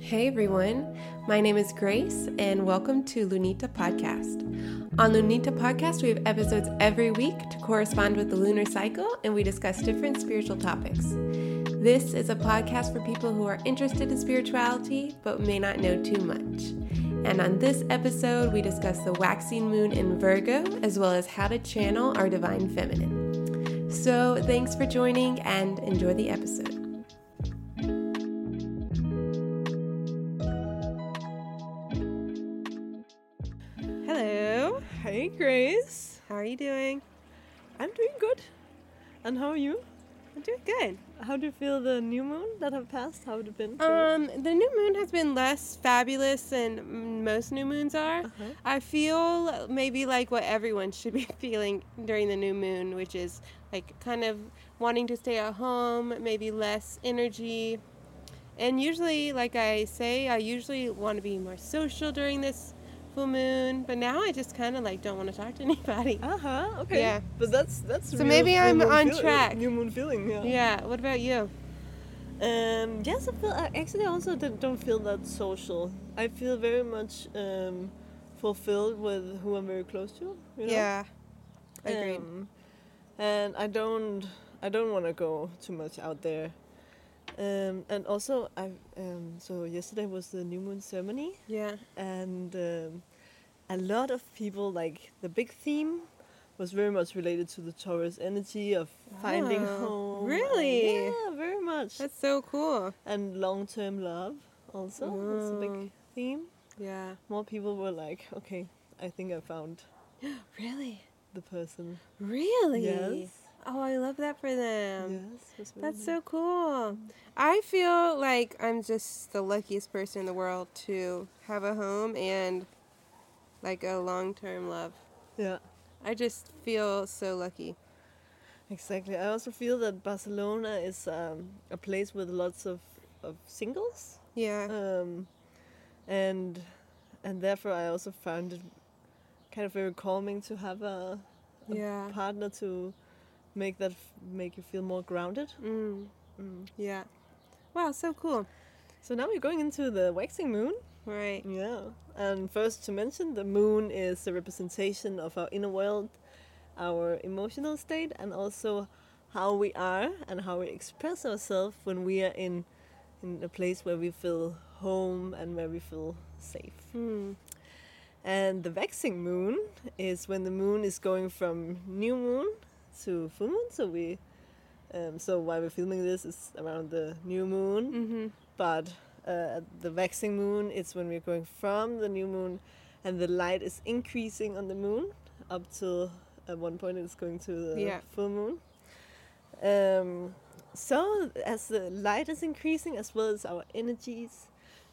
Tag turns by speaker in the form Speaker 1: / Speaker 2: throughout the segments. Speaker 1: Hey everyone, my name is Grace and welcome to Lunita Podcast. On Lunita Podcast, we have episodes every week to correspond with the lunar cycle and we discuss different spiritual topics. This is a podcast for people who are interested in spirituality but may not know too much. And on this episode, we discuss the waxing moon in Virgo as well as how to channel our divine feminine. So, thanks for joining and enjoy the episode.
Speaker 2: Hello. Hey, Grace.
Speaker 1: How are you doing?
Speaker 2: I'm doing good. And how are you?
Speaker 1: I'm doing good.
Speaker 2: How do you feel the new moon that have passed? How have it been? for you?
Speaker 1: Um, the new moon has been less fabulous than m- most new moons are.
Speaker 2: Uh-huh.
Speaker 1: I feel maybe like what everyone should be feeling during the new moon, which is like kind of wanting to stay at home, maybe less energy. And usually, like I say, I usually want to be more social during this full moon, but now I just kind of like don't want to talk to anybody.
Speaker 2: Uh-huh. Okay.
Speaker 1: Yeah.
Speaker 2: But that's that's
Speaker 1: So
Speaker 2: real
Speaker 1: maybe
Speaker 2: new
Speaker 1: I'm
Speaker 2: moon
Speaker 1: on
Speaker 2: feel-
Speaker 1: track.
Speaker 2: New moon feeling. Yeah.
Speaker 1: Yeah, what about you?
Speaker 2: Um. Yes, I feel. I actually also don't don't feel that social. I feel very much um, fulfilled with who I'm very close to. You know?
Speaker 1: Agreed.
Speaker 2: Um, and I don't, I don't want to go too much out there. Um, and also, I um, so yesterday was the new moon ceremony,
Speaker 1: yeah.
Speaker 2: and um, a lot of people like the big theme was very much related to the Taurus energy of finding
Speaker 1: Oh,
Speaker 2: home. and-
Speaker 1: really?
Speaker 2: yeah, very much.
Speaker 1: That's so cool.
Speaker 2: and long-term love also. That's a
Speaker 1: Oh.
Speaker 2: big theme.
Speaker 1: Yeah.
Speaker 2: More people were like, okay, I think I found
Speaker 1: Really?
Speaker 2: the person.
Speaker 1: Really?
Speaker 2: Yes.
Speaker 1: Oh, I love that for them.
Speaker 2: yes. it was
Speaker 1: Um,
Speaker 2: very
Speaker 1: That's
Speaker 2: nice.
Speaker 1: so cool. I feel like I'm just the luckiest person in the world to have a home and like a long term love.
Speaker 2: Yeah,
Speaker 1: I just feel so lucky.
Speaker 2: exactly. I also feel that Barcelona is um, a place with lots of, of singles,
Speaker 1: Yeah.
Speaker 2: um, and and therefore I also found it kind of very calming to have a, a
Speaker 1: Yeah.
Speaker 2: partner to make that f- make you feel more grounded.
Speaker 1: Mm,
Speaker 2: Mm.
Speaker 1: yeah. Wow, so cool.
Speaker 2: So now we're going into the waxing moon.
Speaker 1: Right.
Speaker 2: Yeah, and first to mention, the moon is a representation of our inner world, our emotional state, and also how we are and how we express ourselves when we are in in a place where we feel home and where we feel safe.
Speaker 1: Mm,
Speaker 2: And the waxing moon is when the moon is going from new moon to full moon. So we, um, so why we're filming this is around the new moon
Speaker 1: mm-hmm.
Speaker 2: but uh, the waxing moon it's when we're going from the new moon and the light is increasing on the moon up till at one point it's going to the
Speaker 1: Yeah.
Speaker 2: full moon um, so as the light is increasing as well as our energies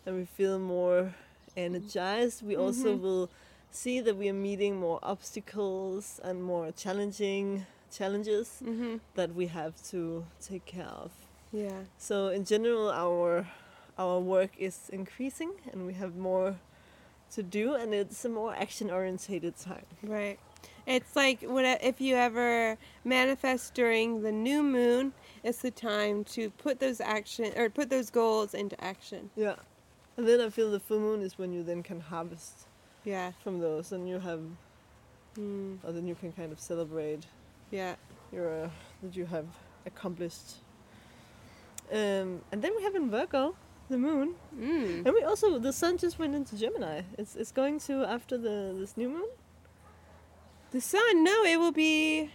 Speaker 2: and we feel more energized we also
Speaker 1: Mhm.
Speaker 2: will see that we are meeting more obstacles and more challenging challenges
Speaker 1: Mm-hmm.
Speaker 2: that we have to take care of
Speaker 1: Yeah.
Speaker 2: so in general, our our work is increasing, and we have more to do, and it's a more action-orientated time.
Speaker 1: Right. It's like what if you ever manifest during the new moon, it's the time to put those action or put those goals into action.
Speaker 2: Yeah, and then I feel the full moon is when you then can harvest
Speaker 1: Yeah.
Speaker 2: from those, and you have,
Speaker 1: Mm,
Speaker 2: or then you can kind of celebrate
Speaker 1: yeah.
Speaker 2: your uh, that you have accomplished. Um, and then we have in Virgo the moon,
Speaker 1: Mm.
Speaker 2: and we also the sun just went into Gemini. It's it's going to after the this new moon.
Speaker 1: The sun, no, it will be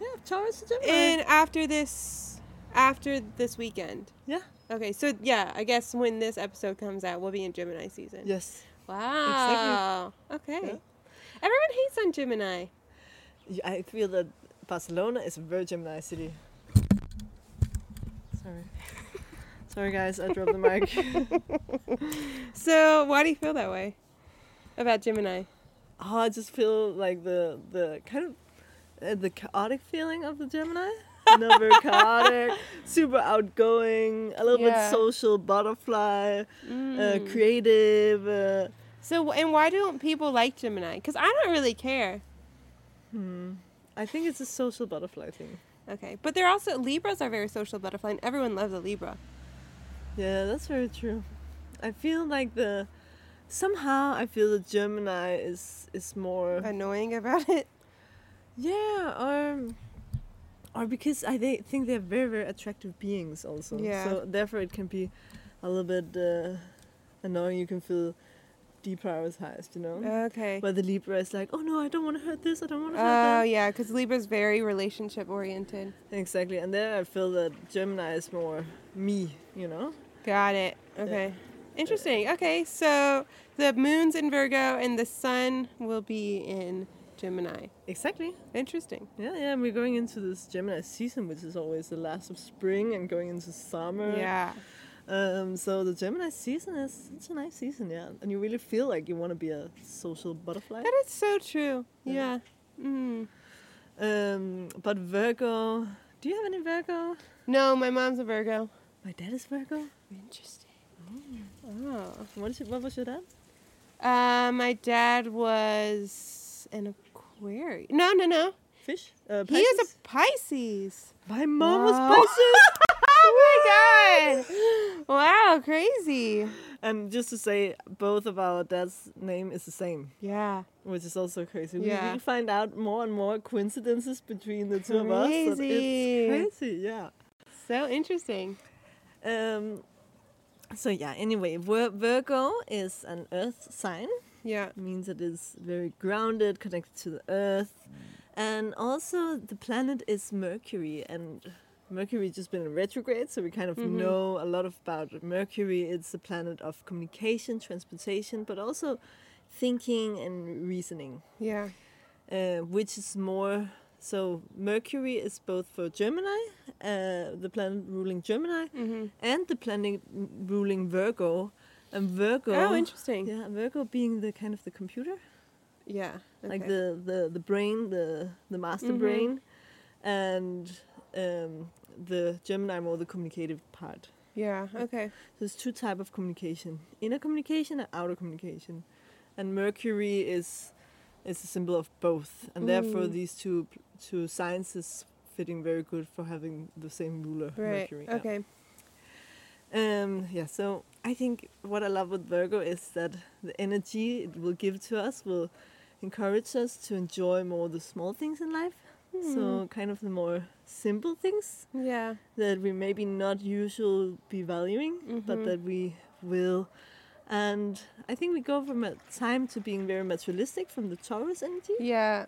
Speaker 2: Yeah, Taurus to Gemini.
Speaker 1: in after this after this weekend.
Speaker 2: yeah.
Speaker 1: Okay, so yeah, I guess when this episode comes out, we'll be in Gemini season.
Speaker 2: Yes.
Speaker 1: Wow. Okay.
Speaker 2: Yeah.
Speaker 1: Everyone hates on Gemini.
Speaker 2: Yeah, I feel that Barcelona is a very Gemini city. Sorry. Sorry, guys, I dropped the mic.
Speaker 1: So why do you feel that way about Gemini?
Speaker 2: oh, I just feel like the the kind of uh, the chaotic feeling of the Gemini. You know, very chaotic, super outgoing, a little
Speaker 1: Yeah.
Speaker 2: bit social butterfly,
Speaker 1: Mm.
Speaker 2: uh, creative. Uh,
Speaker 1: So, and why don't people like Gemini? Because I don't really care.
Speaker 2: hmm. I think it's a social butterfly thing.
Speaker 1: Okay, but they're also Libras are very social butterfly, and everyone loves a Libra.
Speaker 2: Yeah, that's very true. I feel like the somehow I feel the Gemini is is more
Speaker 1: Annoying about it.
Speaker 2: yeah or or because I they think they're very very attractive beings also
Speaker 1: Yeah.
Speaker 2: so therefore it can be a little bit uh, annoying. You can feel deprioritized, you know.
Speaker 1: Okay.
Speaker 2: But the Libra is like, oh no, I don't want to hurt this. I don't want to hurt that.
Speaker 1: Oh yeah, because Libra's very relationship oriented.
Speaker 2: Exactly, and there I feel that Gemini is more me, you know?
Speaker 1: Got it. Okay. Interesting. Okay, so the moon's in Virgo and the sun will be in Gemini.
Speaker 2: Exactly.
Speaker 1: Interesting.
Speaker 2: Yeah, yeah, and we're going into this Gemini season, which is always the last of spring and going into summer.
Speaker 1: Yeah.
Speaker 2: Um, so the Gemini season is such a nice season, yeah. And you really feel like you want to be a social butterfly.
Speaker 1: That is so true. Yeah.
Speaker 2: Yeah.
Speaker 1: Mm.
Speaker 2: Um, but Virgo, do you have any Virgo?
Speaker 1: No, my mom's a Virgo.
Speaker 2: My dad is Virgo.
Speaker 1: Interesting. Oh.
Speaker 2: What, is your, what was your dad?
Speaker 1: Uh, my dad was an Aquarius. No, no, no.
Speaker 2: Fish? Uh,
Speaker 1: He is
Speaker 2: Pisces?
Speaker 1: a Pisces.
Speaker 2: My mom
Speaker 1: Wow.
Speaker 2: was Pisces!
Speaker 1: Oh my god! Wow, crazy.
Speaker 2: and just to say, both of our dad's name is the same.
Speaker 1: Yeah.
Speaker 2: which is also crazy. We-
Speaker 1: Yeah.
Speaker 2: We, find out more and more coincidences between the two of us. and
Speaker 1: Crazy.
Speaker 2: It's crazy, yeah.
Speaker 1: So interesting.
Speaker 2: Um, so yeah. Anyway, Vir- Virgo is an Earth sign.
Speaker 1: Yeah.
Speaker 2: It means it is very grounded, connected to the Earth, and also the planet is Mercury and. Mercury just been in retrograde, so we kind of know a lot about Mercury. It's the planet of communication, transportation, but also thinking and reasoning
Speaker 1: Yeah.
Speaker 2: uh, which is more so mercury is both for gemini uh, the planet ruling gemini
Speaker 1: Mhm.
Speaker 2: and the planet ruling virgo and virgo
Speaker 1: Oh, interesting.
Speaker 2: yeah virgo being the kind of the computer
Speaker 1: Yeah.
Speaker 2: like
Speaker 1: okay.
Speaker 2: the, the the brain the the master
Speaker 1: Mhm.
Speaker 2: brain and um, the gemini more the communicative part
Speaker 1: Yeah. Okay.
Speaker 2: there's two type of communication inner communication and outer communication and mercury is is a symbol of both and therefore
Speaker 1: Mm.
Speaker 2: these two pl- two sciences fitting very good for having the same ruler
Speaker 1: Right.
Speaker 2: mercury yeah.
Speaker 1: Okay.
Speaker 2: um yeah so i think what i love with virgo is that the energy it will give to us will encourage us to enjoy more the small things in life
Speaker 1: Hmm.
Speaker 2: so kind of the more simple things
Speaker 1: Yeah.
Speaker 2: that we maybe not usual be valuing,
Speaker 1: Mhm.
Speaker 2: but that we will. And I think we go from a time to being very materialistic from the Taurus energy,
Speaker 1: Yeah.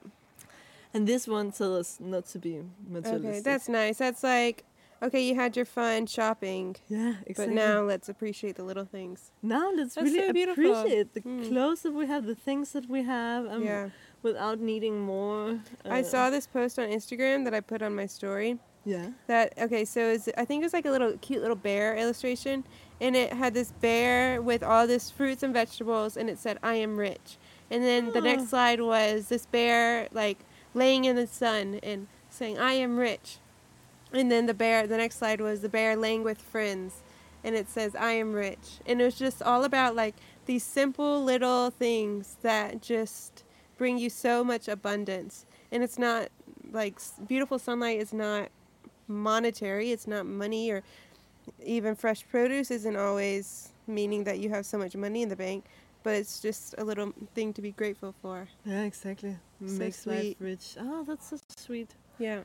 Speaker 2: and this one tells us not to be materialistic.
Speaker 1: Okay. That's nice. That's like, okay, you had your fun shopping,
Speaker 2: yeah, exactly.
Speaker 1: but now let's appreciate the little things.
Speaker 2: now let's
Speaker 1: That's
Speaker 2: really
Speaker 1: so beautiful.
Speaker 2: appreciate the
Speaker 1: Mm.
Speaker 2: clothes that we have, the things that we have, um,
Speaker 1: yeah.
Speaker 2: without needing more.
Speaker 1: I
Speaker 2: uh,
Speaker 1: saw this post on Instagram that I put on my story.
Speaker 2: Yeah.
Speaker 1: That okay, so is I think it was like a little cute little bear illustration, and it had this bear with all this fruits and vegetables, and it said, "I am rich." And then the
Speaker 2: Oh.
Speaker 1: next slide was this bear like laying in the sun and saying, "I am rich," and then the bear. The next slide was the bear laying with friends, and it says, "I am rich," and it was just all about like these simple little things that just bring you so much abundance, and it's not like s- beautiful sunlight is not monetary. It's not money or even fresh produce isn't always meaning that you have so much money in the bank, but it's just a little thing to be grateful for.
Speaker 2: Yeah, exactly.
Speaker 1: So
Speaker 2: Makes
Speaker 1: sweet.
Speaker 2: life rich. Oh, that's so sweet.
Speaker 1: Yeah.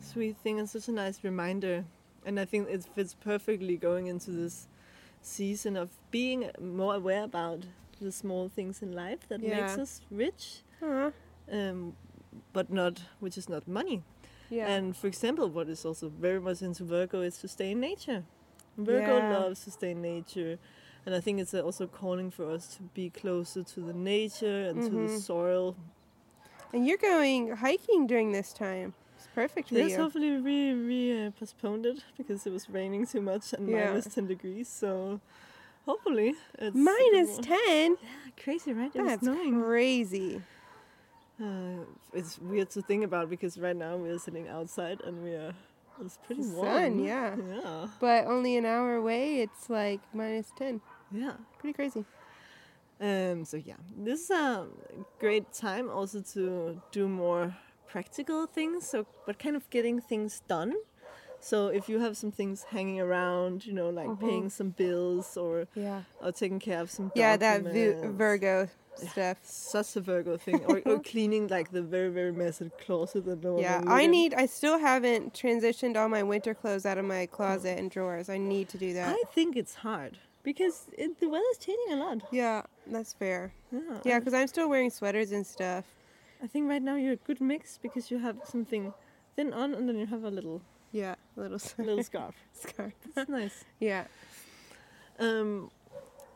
Speaker 2: sweet thing and such a nice reminder. And I think it fits perfectly going into this season of being more aware about the small things in life that makes
Speaker 1: Yeah.
Speaker 2: us rich,
Speaker 1: Aw.
Speaker 2: um, but not which is not money.
Speaker 1: Yeah.
Speaker 2: And for example, what is also very much into Virgo is to stay in nature. Virgo
Speaker 1: Yeah.
Speaker 2: loves to stay in nature. And I think it's also calling for us to be closer to the nature and to
Speaker 1: Mhm.
Speaker 2: the soil.
Speaker 1: and you're going hiking during this time. It's perfect for
Speaker 2: Yes,
Speaker 1: you.
Speaker 2: hopefully we we uh, postponed it because it was raining too much and
Speaker 1: Yeah.
Speaker 2: minus ten degrees. So hopefully it's a bit
Speaker 1: Minus
Speaker 2: more-
Speaker 1: 10?
Speaker 2: Yeah, crazy, right? It was
Speaker 1: That's
Speaker 2: snowing.
Speaker 1: crazy.
Speaker 2: Uh, it's weird to think about because right now we're sitting outside and we are. It's pretty
Speaker 1: The
Speaker 2: warm.
Speaker 1: sun, yeah.
Speaker 2: Yeah.
Speaker 1: But only an hour away, it's like minus 10.
Speaker 2: Yeah.
Speaker 1: Pretty crazy.
Speaker 2: Um, so yeah, this is a great time also to do more practical things. So, but kind of getting things done. So if you have some things hanging around, you know, like
Speaker 1: Mm-hmm.
Speaker 2: paying some bills or
Speaker 3: Yeah.
Speaker 2: or taking care of some
Speaker 1: Yeah, that Vu-
Speaker 2: documents.
Speaker 1: Virgo stuff.
Speaker 2: such a Virgo thing, or, or cleaning like the very very messy closet that no one
Speaker 1: Yeah,
Speaker 2: will read
Speaker 1: I
Speaker 2: in.
Speaker 1: need. I still haven't transitioned all my winter clothes out of my closet and drawers. I need to do that.
Speaker 2: I think it's hard because it, the weather's changing a lot.
Speaker 1: yeah, that's fair.
Speaker 2: Yeah,
Speaker 1: Yeah, because I'm still wearing sweaters and stuff.
Speaker 2: I think right now you're a good mix because you have something thin on and then you have a little
Speaker 1: Yeah, little
Speaker 2: little scarf.
Speaker 1: scarf.
Speaker 2: It's nice.
Speaker 1: Yeah,
Speaker 2: Um,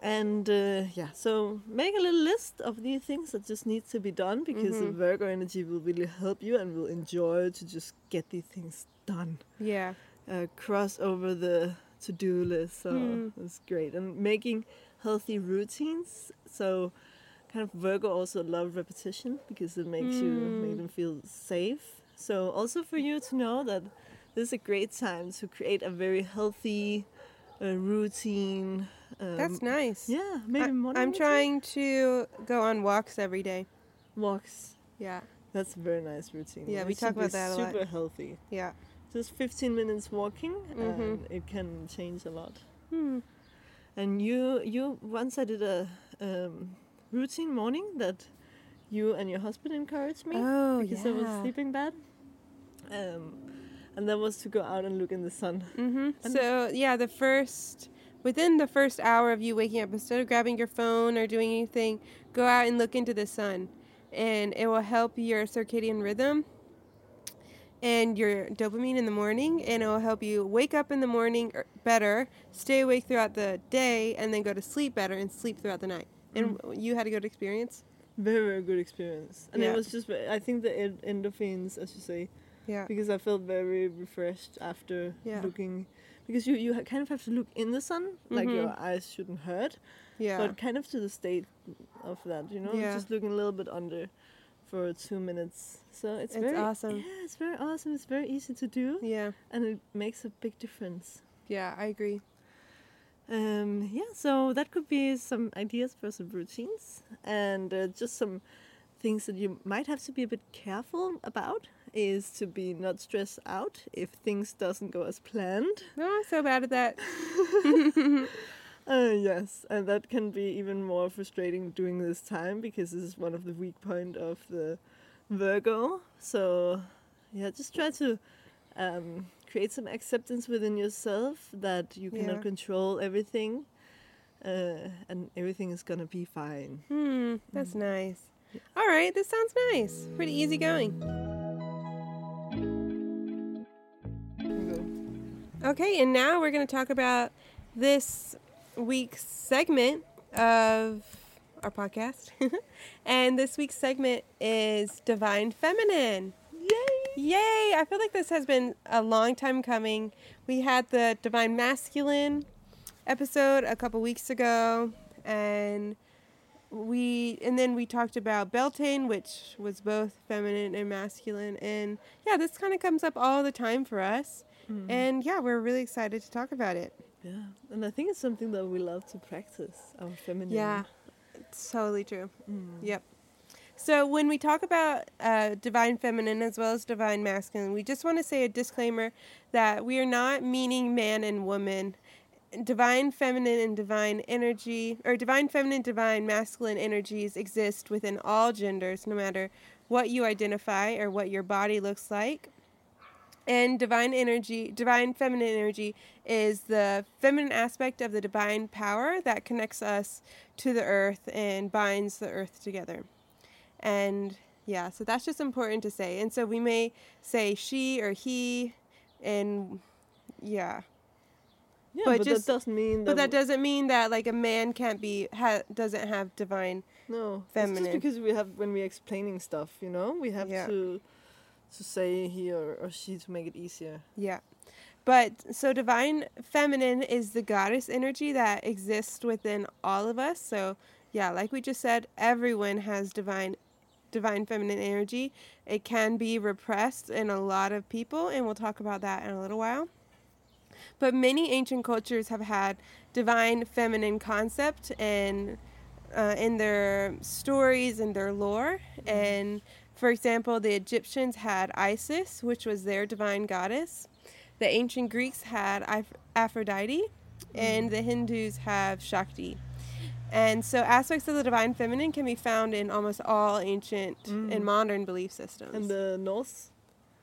Speaker 2: and uh, yeah, so make a little list of the things that just need to be done because the Virgo energy will really help you and will enjoy to just get these things done.
Speaker 1: yeah,
Speaker 2: uh, cross over the to-do list so
Speaker 1: Mm.
Speaker 2: it's great and making healthy routines so kind of virgo also love repetition because it makes you
Speaker 1: Hmm.
Speaker 2: make them feel safe so also for you to know that this is a great time to create a very healthy uh, routine um,
Speaker 1: that's nice.
Speaker 2: yeah maybe
Speaker 1: I,
Speaker 2: morning
Speaker 1: I'm
Speaker 2: routine?
Speaker 1: trying to go on walks every day.
Speaker 2: walks
Speaker 1: Yeah,
Speaker 2: that's a very nice routine
Speaker 1: Yeah, we
Speaker 2: It
Speaker 1: talk
Speaker 2: should be
Speaker 1: about that a lot.
Speaker 2: super healthy
Speaker 1: yeah.
Speaker 2: just 15 minutes walking
Speaker 1: Mhm.
Speaker 2: and it can change a lot
Speaker 1: Hmm.
Speaker 2: And you, you once I did a um, routine morning that you and your husband encouraged me
Speaker 1: Oh,
Speaker 2: because I was
Speaker 1: yeah.
Speaker 2: sleeping bad, um, and that was to go out and look in the sun.
Speaker 1: hmm
Speaker 2: And-
Speaker 1: So yeah, the first within the first hour of you waking up, instead of grabbing your phone or doing anything, go out and look into the sun, and it will help your circadian rhythm and your dopamine in the morning, and it will help you wake up in the morning er- better, stay awake throughout the day, and then go to sleep better and sleep throughout the night. And
Speaker 2: Mm.
Speaker 1: w- you had a good experience.
Speaker 2: Very very good experience, and
Speaker 1: Yeah.
Speaker 2: it was just ve- I think the en- endorphins, as you say,
Speaker 1: Yeah.
Speaker 2: because I felt very refreshed after
Speaker 1: Yeah.
Speaker 2: looking. Because you, you ha- kind of have to look in the sun, like
Speaker 1: Mhm.
Speaker 2: your eyes shouldn't hurt,
Speaker 1: Yeah.
Speaker 2: but kind of to the state of that, you know,
Speaker 1: Yeah.
Speaker 2: just looking a little bit under for two minutes. So it's,
Speaker 1: It's
Speaker 2: very
Speaker 1: awesome.
Speaker 2: Yeah, it's very awesome. It's very easy to do,
Speaker 1: yeah.
Speaker 2: and it makes a big difference.
Speaker 1: Yeah. I agree.
Speaker 2: Um, yeah, so that could be some ideas for some routines and uh, just some things that you might have to be a bit careful about is to be not stressed out if things doesn't go as planned.
Speaker 1: No, I'm so bad at that.
Speaker 2: Uh, yes, and that can be even more frustrating during this time because this is one of the weak point of the Virgo. So, yeah, just try to um, create some acceptance within yourself that you cannot
Speaker 1: Yeah.
Speaker 2: control everything, uh, and everything is gonna be fine.
Speaker 1: Hmm, that's nice. All right, this sounds nice. Pretty easy going. Okay, and now we're going to talk about this week's segment of our podcast. and this week's segment is Divine Feminine.
Speaker 2: Yay!
Speaker 1: Yay! I feel like this has been a long time coming. We had the Divine Masculine episode a couple weeks ago, and we and then we talked about Beltane, which was both feminine and masculine. And yeah, this kind of comes up all the time for us. And yeah, we're really excited to talk about it.
Speaker 2: Yeah, and I think it's something that we love to practice our feminine.
Speaker 1: Yeah, it's totally true. Yep. So when we talk about uh, divine feminine as well as divine masculine, we just want to say a disclaimer that we are not meaning man and woman. Divine feminine and divine energy, or divine feminine, divine masculine energies exist within all genders, no matter what you identify or what your body looks like. And divine energy, divine feminine energy, is the feminine aspect of the divine power that connects us to the earth and binds the earth together. And yeah, so that's just important to say. And so we may say she or he, and yeah,
Speaker 2: yeah,
Speaker 1: but
Speaker 2: but,
Speaker 1: just-
Speaker 2: that doesn't mean
Speaker 1: but that
Speaker 2: w-
Speaker 1: doesn't mean that like a man can't be ha- doesn't have divine.
Speaker 2: No, It's
Speaker 1: feminine.
Speaker 2: just because we have when we're explaining stuff, you know, we have
Speaker 1: Yeah.
Speaker 2: to to say he or, or she to make it easier.
Speaker 1: Yeah. But so divine feminine is the goddess energy that exists within all of us. So yeah, like we just said, everyone has divine divine feminine energy. It can be repressed in a lot of people and we'll talk about that in a little while. But many ancient cultures have had divine feminine concept and uh, in their stories and their lore.
Speaker 2: Mm-hmm.
Speaker 1: And for example, the Egyptians had Isis, which was their divine goddess. the ancient Greeks had Aph- Aphrodite, and
Speaker 2: Mm.
Speaker 1: the Hindus have Shakti. And so aspects of the divine feminine can be found in almost all ancient and modern belief systems.
Speaker 2: Mm. And the Norse.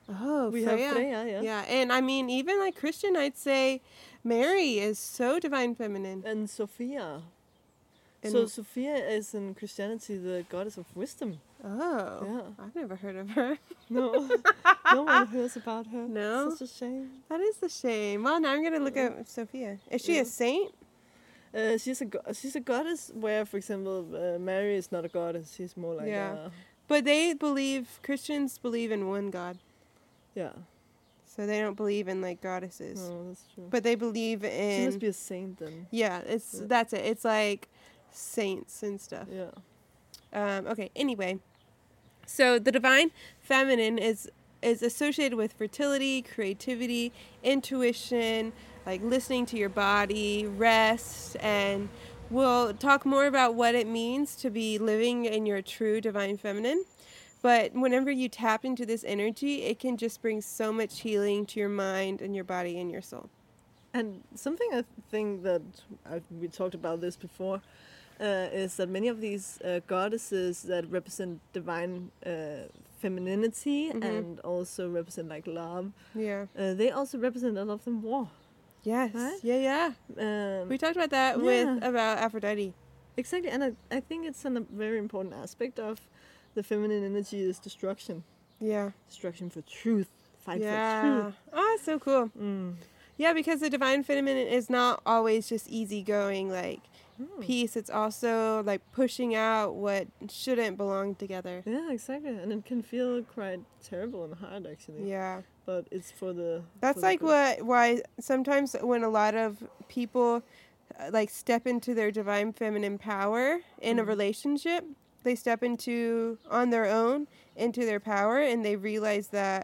Speaker 1: oh,
Speaker 2: we have Freya, yeah.
Speaker 1: Yeah, and I mean, even like Christian, I'd say Mary is so divine feminine.
Speaker 2: And Sophia.
Speaker 1: And-
Speaker 2: so Sophia is in Christianity the goddess of wisdom.
Speaker 1: Oh, I've never heard of her.
Speaker 2: No, no one hears about her.
Speaker 1: No?
Speaker 2: such a shame.
Speaker 1: That is a shame. Well, now I'm gonna look at Sophia. Is she
Speaker 2: Yeah.
Speaker 1: a saint?
Speaker 2: Uh, she's a go- she's a goddess where, for example, uh, Mary is not a goddess. She's more like
Speaker 1: Yeah.
Speaker 2: a,
Speaker 1: But they believe Christians believe in one God,
Speaker 2: yeah.
Speaker 1: so they don't believe in like goddesses.
Speaker 2: No, that's true.
Speaker 1: But they believe
Speaker 2: Hmm. she
Speaker 1: in
Speaker 2: must be a saint then.
Speaker 1: yeah. It's
Speaker 2: Yeah.
Speaker 1: that's it. It's like saints and stuff.
Speaker 2: Yeah.
Speaker 1: Um, okay. Anyway, so the divine feminine is is associated with fertility, creativity, intuition, like listening to your body, rest, and we'll talk more about what it means to be living in your true divine feminine. But whenever you tap into this energy, it can just bring so much healing to your mind and your body and your soul.
Speaker 2: And something I think that i we talked about this before uh, is that many of these uh, goddesses that represent divine uh, femininity
Speaker 1: Mhm.
Speaker 2: and also represent like love,
Speaker 1: Yeah.
Speaker 2: uh, they also represent a lot of them war.
Speaker 1: Yes.
Speaker 2: Right?
Speaker 1: Yeah, yeah.
Speaker 2: Um,
Speaker 1: We talked about that with
Speaker 2: Yeah.
Speaker 1: about Aphrodite.
Speaker 2: exactly, and I, I think it's an, a very important aspect of the feminine energy is destruction,
Speaker 1: Yeah.
Speaker 2: destruction for truth, fight
Speaker 1: yeah.
Speaker 2: for truth.
Speaker 1: Ah, it's so cool.
Speaker 2: Mm.
Speaker 1: Yeah, because the divine feminine is not always just easygoing, like peace. It's also like pushing out what shouldn't belong together.
Speaker 2: Yeah, exactly, and it can feel quite terrible and hard actually.
Speaker 1: Yeah.
Speaker 2: but it's for the. for
Speaker 1: That's
Speaker 2: the
Speaker 1: like
Speaker 2: good.
Speaker 1: what why sometimes when a lot of people uh, like step into their divine feminine power in a
Speaker 2: Mhm.
Speaker 1: relationship, they step into on their own into their power and they realize that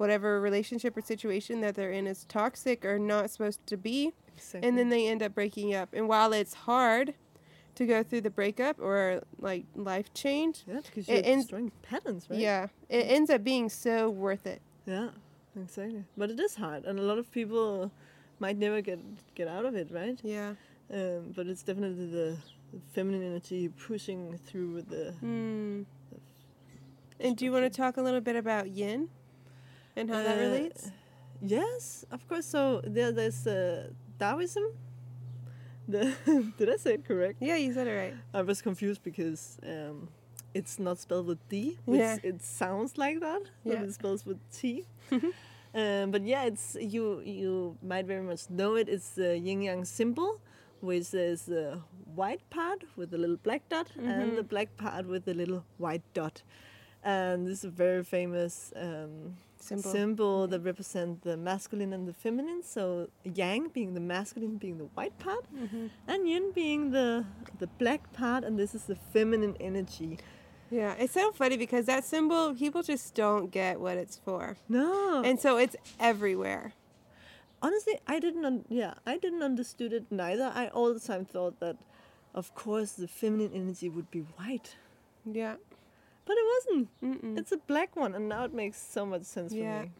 Speaker 1: whatever relationship or situation that they're in is toxic or not supposed to be.
Speaker 2: Exactly.
Speaker 1: and then they end up breaking up. And while it's hard to go through the breakup or like life change,
Speaker 2: Yeah, because
Speaker 1: It
Speaker 2: you're
Speaker 1: ends-
Speaker 2: destroying patterns, right?
Speaker 1: yeah, it ends up being so worth it.
Speaker 2: Yeah, exactly. But it is hard, and a lot of people might never get get out of it, right?
Speaker 1: Yeah.
Speaker 2: Um, but it's definitely the feminine energy pushing through with the.
Speaker 1: Mm. And do you want to talk a little bit about yin and how that
Speaker 2: Uh,
Speaker 1: relates?
Speaker 2: Yes, of course. So there, there's uh, Taoism. The Did I say it correct?
Speaker 1: Yeah, you said it right.
Speaker 2: I was confused because um, it's not spelled with D, which
Speaker 1: Yeah.
Speaker 2: it sounds like that,
Speaker 1: Yeah. Mm-hmm.
Speaker 2: but it spells with T. um, but yeah, it's you you might very much know it. It's the yin yang symbol, which is the white part with the little black dot
Speaker 1: Mm-hmm.
Speaker 2: and the black part with the little white dot. And this is a very famous um,
Speaker 1: Simple.
Speaker 2: symbol Mm-hmm. that represent the masculine and the feminine. So yang being the masculine, being the white part, and yin being the the black part, and this is the feminine energy.
Speaker 1: yeah, it's so funny because that symbol people just don't get what it's for,
Speaker 2: No, and
Speaker 1: and so it's everywhere.
Speaker 2: honestly, I didn't. Un- yeah, I didn't understood it neither. I all the time thought that, of course, the feminine energy would be white,
Speaker 1: Yeah.
Speaker 2: but it wasn't.
Speaker 1: Mm-mm.
Speaker 2: It's a black one, and now it makes so much sense
Speaker 1: Yeah.
Speaker 2: for me.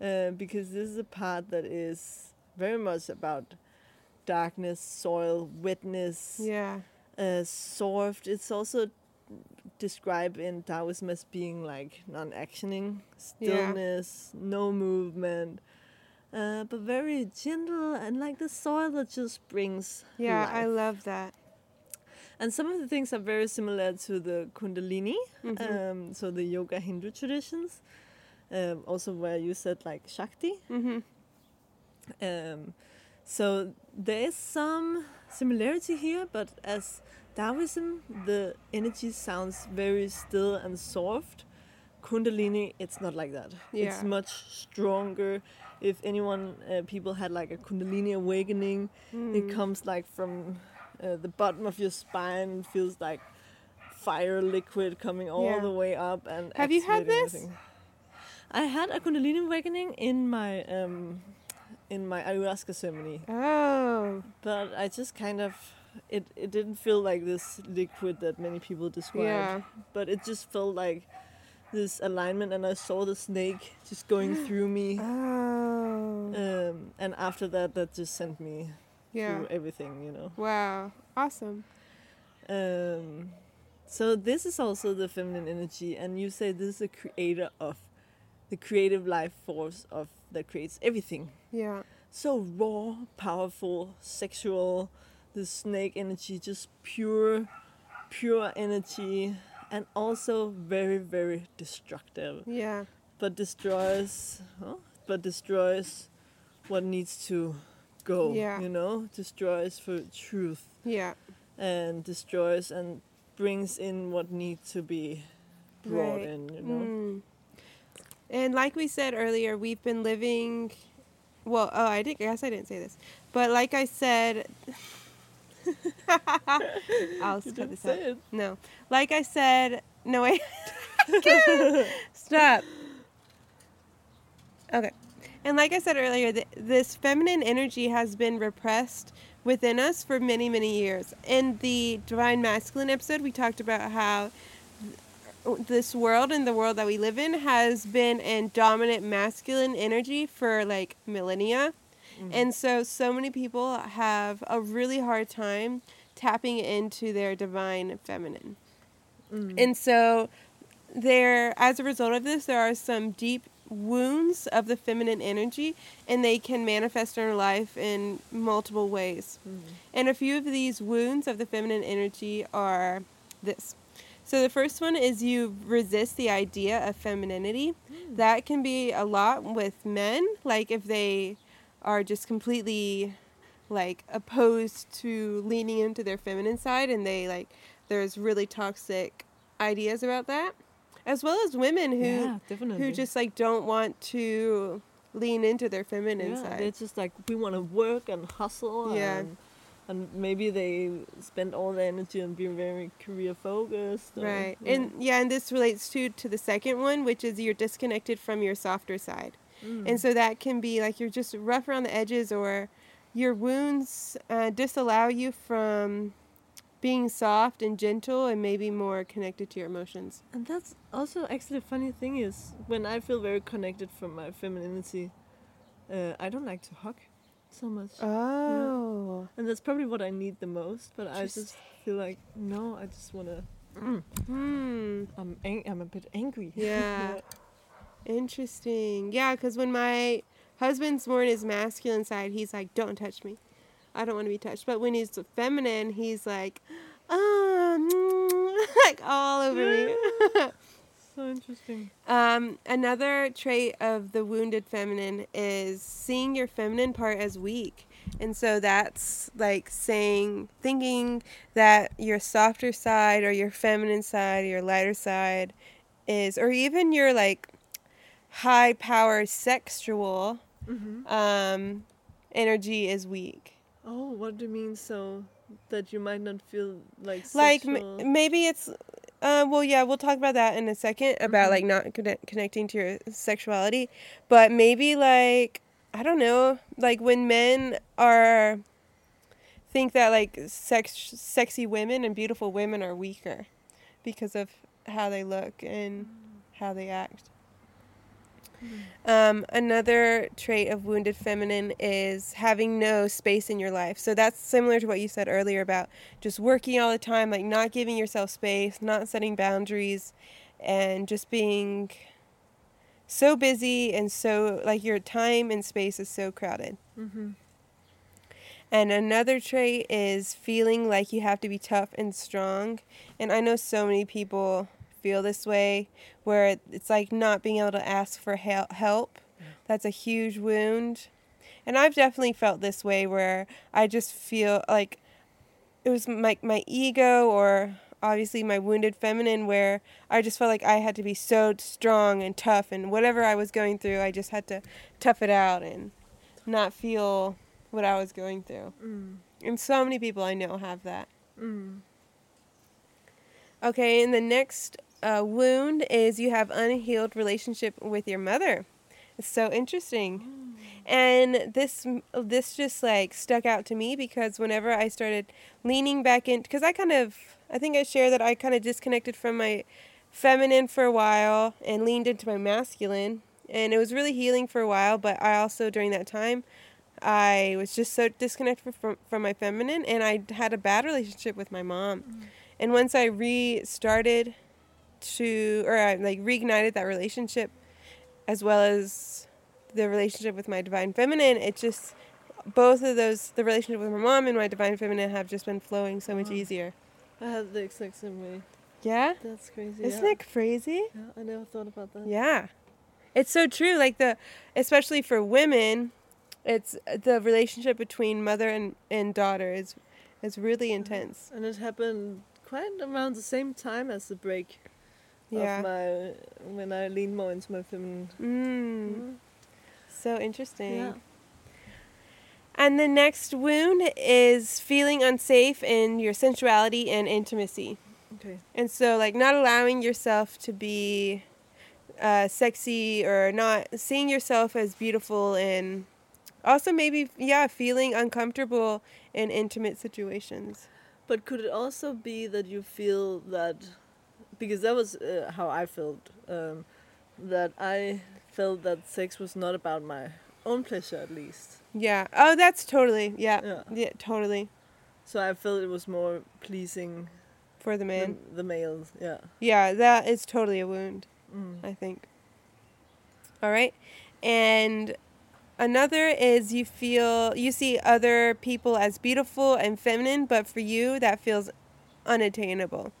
Speaker 2: Uh, because this is a part that is very much about darkness, soil, wetness,
Speaker 1: Yeah.
Speaker 2: uh, soft. It's also described in Taoism as being like non actioning,
Speaker 1: Yeah.
Speaker 2: stillness, no movement. Uh, but very gentle and like the soil that just brings
Speaker 1: Yeah,
Speaker 2: life.
Speaker 1: I love that.
Speaker 2: And some of the things are very similar to the Kundalini,
Speaker 1: Mm-hmm, Uh,
Speaker 2: um, so the yoga Hindu traditions. Um, also, where you said like Shakti.
Speaker 1: Mhm.
Speaker 2: Um, so there is some similarity here, but as Taoism, the energy sounds very still and soft. Kundalini, it's not like that.
Speaker 1: Yeah.
Speaker 2: It's much stronger. If anyone, uh, people had like a Kundalini awakening,
Speaker 1: Mm.
Speaker 2: it comes like from uh, the bottom of your spine, feels like fire liquid coming all
Speaker 1: Yeah.
Speaker 2: the way up. And
Speaker 1: Have you had
Speaker 2: activating
Speaker 1: this?
Speaker 2: everything. I had a Kundalini awakening in my um, in my ayahuasca ceremony,
Speaker 1: Oh.
Speaker 2: but I just kind of it it didn't feel like this liquid that many people describe,
Speaker 1: Yeah.
Speaker 2: but it just felt like this alignment, and I saw the snake just going through me.
Speaker 1: Oh.
Speaker 2: Um, and after that, that just sent me
Speaker 1: yeah.
Speaker 2: through everything, you know.
Speaker 1: Wow. Awesome.
Speaker 2: Um, so this is also the feminine energy, and you say this is the creator of the creative life force of that creates everything.
Speaker 1: Yeah.
Speaker 2: So raw, powerful, sexual, the snake energy, just pure, pure energy, and also very, very destructive.
Speaker 1: Yeah.
Speaker 2: But destroys, huh? but destroys what needs to go.
Speaker 1: Yeah.
Speaker 2: You know, destroys for truth
Speaker 1: Yeah.
Speaker 2: and destroys and brings in what needs to be brought
Speaker 1: Right.
Speaker 2: in, you know?
Speaker 1: Mm. And like we said earlier, we've been living. Well, oh, I did. I guess I didn't say this, but like I said, I'll
Speaker 2: You
Speaker 1: just cut
Speaker 2: didn't
Speaker 1: this
Speaker 2: say
Speaker 1: out.
Speaker 2: it.
Speaker 1: No, like I said, no wait. I can't. Stop. Okay. And like I said earlier, th- this feminine energy has been repressed within us for many, many years. In the Divine Masculine episode, we talked about how this world and the world that we live in has been in dominant masculine energy for like millennia. And so, so many people have a really hard time tapping into their divine feminine. And so, there, as a result of this, there are some deep wounds of the feminine energy, and they can manifest in our life in multiple ways. And a few of these wounds of the feminine energy are this. So the first one is you resist the idea of femininity.
Speaker 2: Hmm.
Speaker 1: That can be a lot with men, like if they are just completely like opposed to leaning into their feminine side and they like there's really toxic ideas about that. As well as women who
Speaker 2: Yeah, definitely.
Speaker 1: who just like don't want to lean into their feminine
Speaker 2: Yeah,
Speaker 1: side.
Speaker 2: they're just like we want to work and hustle.
Speaker 1: Yeah.
Speaker 2: And, and maybe they spend all their energy on being very career focused. or-
Speaker 1: Right.
Speaker 2: yeah.
Speaker 1: And yeah, and this relates to to the second one, which is you're disconnected from your softer side. And so that can be like you're just rough around the edges or your wounds uh, disallow you from being soft and gentle and maybe more connected to your emotions.
Speaker 2: And that's also actually a funny thing is when I feel very connected from my femininity, uh, I don't like to hug so much.
Speaker 1: Uh. Oh.
Speaker 2: and that's probably what I need the most. But I just feel like no, I just wanna.
Speaker 1: Hmm.
Speaker 2: I'm ang- I'm a bit angry.
Speaker 1: Yeah. Interesting. Yeah, because when my husband's more in his masculine side, he's like, don't touch me. I don't want to be touched. But when he's feminine, he's like, um, like all over me.
Speaker 2: so interesting.
Speaker 1: Um, another trait of the wounded feminine is seeing your feminine part as weak. And so that's like saying, thinking that your softer side or your feminine side or your lighter side is, or even your like high power sexual um, energy is weak.
Speaker 2: Oh, what do you mean? So that you might not feel like
Speaker 1: like
Speaker 2: sexual-
Speaker 1: m- maybe it's uh, well yeah we'll talk about that in a second about like not conne- connecting to your sexuality but maybe like i don't know like when men are think that like sex sexy women and beautiful women are weaker because of how they look and how they act um, another trait of wounded feminine is having no space in your life. So that's similar to what you said earlier about just working all the time, like not giving yourself space, not setting boundaries, and just being so busy and so like your time and space is so crowded.
Speaker 2: Mm-hmm.
Speaker 1: And another trait is feeling like you have to be tough and strong. And I know so many people feel this way where it- it's like not being able to ask for hel- help. That's a huge wound. And I've definitely felt this way where I just feel like it was my my ego or obviously my wounded feminine where I just felt like I had to be so strong and tough and whatever I was going through, I just had to tough it out and not feel what I was going through.
Speaker 2: Mm.
Speaker 1: And so many people I know have that.
Speaker 2: Mm.
Speaker 1: Okay, and the next uh, wound is you have unhealed relationship with your mother. It's so interesting, and this this just like stuck out to me because whenever I started leaning back in, because I kind of I think I share that I kind of disconnected from my feminine for a while and leaned into my masculine. And it was really healing for a while, but I also, during that time, I was just so disconnected from, from my feminine and I had a bad relationship with my mom. And once I restarted to, or I like reignited that relationship as well as the relationship with my divine feminine, it just, both of those, the relationship with my mom and my divine feminine have just been flowing so much
Speaker 2: Wow.
Speaker 1: easier.
Speaker 2: I had the exact same way.
Speaker 1: Mm-hmm. Yeah?
Speaker 2: That's crazy.
Speaker 1: Isn't
Speaker 2: yeah.
Speaker 1: it crazy?
Speaker 2: Yeah, I never thought about that.
Speaker 1: Yeah. It's so true. Like the especially for women, it's the relationship between mother and, and daughter is is really intense.
Speaker 2: And it happened quite around the same time as the break
Speaker 1: Yeah.
Speaker 2: of my when I leaned more into my feminine.
Speaker 1: Mm.
Speaker 2: Mm,
Speaker 1: So interesting.
Speaker 2: Yeah.
Speaker 1: And the next wound is feeling unsafe in your sensuality and intimacy.
Speaker 2: Okay.
Speaker 1: And so, like, not allowing yourself to be uh, sexy or not seeing yourself as beautiful, and also maybe, yeah, feeling uncomfortable in intimate situations.
Speaker 2: But could it also be that you feel that, because that was uh, how I felt, um, that I felt that sex was not about my own pleasure at least.
Speaker 1: Yeah. Oh, that's totally, yeah.
Speaker 2: Yeah.
Speaker 1: Yeah, totally.
Speaker 2: So I felt it was more pleasing
Speaker 1: For the man.
Speaker 2: the, the males. Yeah.
Speaker 1: Yeah, that is totally a wound,
Speaker 2: Mm.
Speaker 1: I think. All right. And another is you feel, you see other people as beautiful and feminine, but for you, that feels unattainable.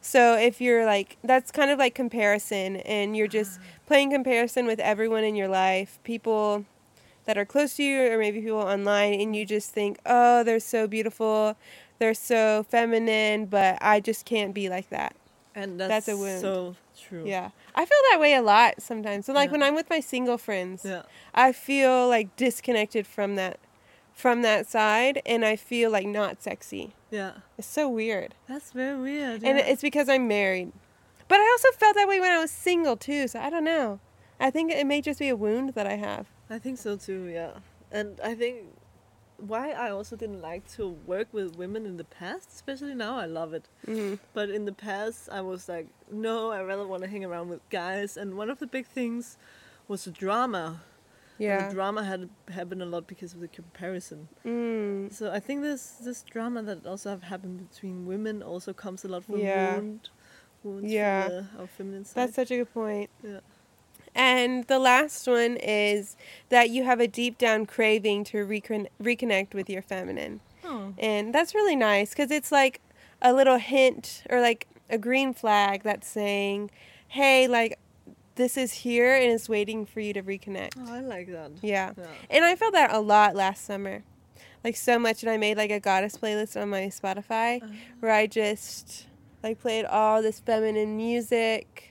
Speaker 1: So if you're like, that's kind of like comparison, and you're just playing comparison with everyone in your life, people that are close to you, or maybe people online, and you just think, oh, they're so beautiful, they're so feminine, but I just can't be like that.
Speaker 2: And that's,
Speaker 1: That's a wound.
Speaker 2: so true.
Speaker 1: Yeah. I feel that way a lot sometimes. So like
Speaker 2: Yeah.
Speaker 1: when I'm with my single friends,
Speaker 2: Yeah.
Speaker 1: I feel like disconnected from that from that side and I feel like not sexy.
Speaker 2: Yeah.
Speaker 1: It's so weird.
Speaker 2: That's very weird.
Speaker 1: And
Speaker 2: yeah.
Speaker 1: it's because I'm married. But I also felt that way when I was single too, so I don't know. I think it may just be a wound that I have.
Speaker 2: I think so too, yeah. And I think why I also didn't like to work with women in the past, especially now I love it.
Speaker 1: Mm-hmm.
Speaker 2: But in the past, I was like, no, I rather want to hang around with guys. And one of the big things was the drama. And
Speaker 1: Yeah.
Speaker 2: The drama had happened a lot because of the comparison.
Speaker 1: Mm.
Speaker 2: So I think this this drama that also have happened between women also comes a lot from
Speaker 1: Yeah.
Speaker 2: wound, wounds
Speaker 1: Yeah.
Speaker 2: from the, our feminine side.
Speaker 1: That's such a good point.
Speaker 2: Yeah.
Speaker 1: And the last one is that you have a deep down craving to recon- reconnect with your feminine.
Speaker 2: oh.
Speaker 1: And that's really nice because it's like a little hint or like a green flag that's saying, hey, like this is here and it's waiting for you to reconnect.
Speaker 2: oh, I like that.
Speaker 1: Yeah.
Speaker 2: Yeah.
Speaker 1: And I felt that a lot last summer. Like so much. And I made like a goddess playlist on my Spotify where I just like played all this feminine music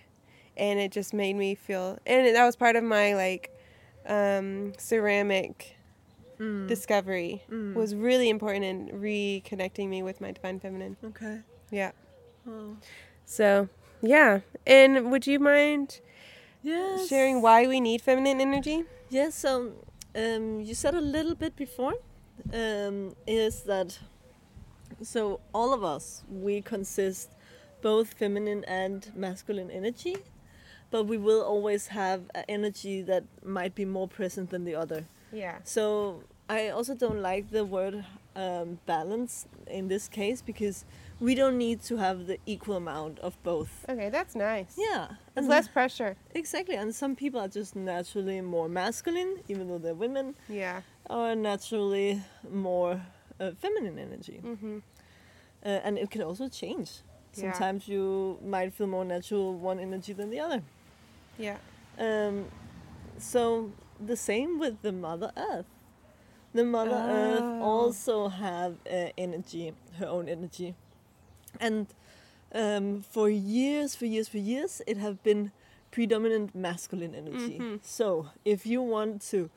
Speaker 1: and it just made me feel. And that was part of my like um, ceramic
Speaker 2: Mm.
Speaker 1: discovery
Speaker 2: Mm.
Speaker 1: was really important in reconnecting me with my divine feminine.
Speaker 2: okay.
Speaker 1: Yeah.
Speaker 2: Oh.
Speaker 1: So, yeah. And would you mind
Speaker 2: Yes.
Speaker 1: sharing why we need feminine energy?
Speaker 2: Yes, so um, you said a little bit before um, is that so all of us we consist both feminine and masculine energy, but we will always have an energy that might be more present than the other.
Speaker 1: Yeah.
Speaker 2: So I also don't like the word um, balance in this case because we don't need to have the equal amount of both.
Speaker 1: Okay, that's nice.
Speaker 2: Yeah,
Speaker 1: It's less pressure.
Speaker 2: exactly. And some people are just naturally more masculine, even though they're women
Speaker 1: Yeah.
Speaker 2: are naturally more uh, feminine energy.
Speaker 1: Mhm.
Speaker 2: Uh, and it can also change.
Speaker 1: Yeah.
Speaker 2: Sometimes you might feel more natural one energy than the other.
Speaker 1: Yeah.
Speaker 2: Um, so the same with the Mother Earth. The Mother Earth
Speaker 1: Oh.
Speaker 2: also have uh, energy, her own energy, and um, for years, for years, for years, it have been predominant masculine energy.
Speaker 1: Mhm.
Speaker 2: So if you want to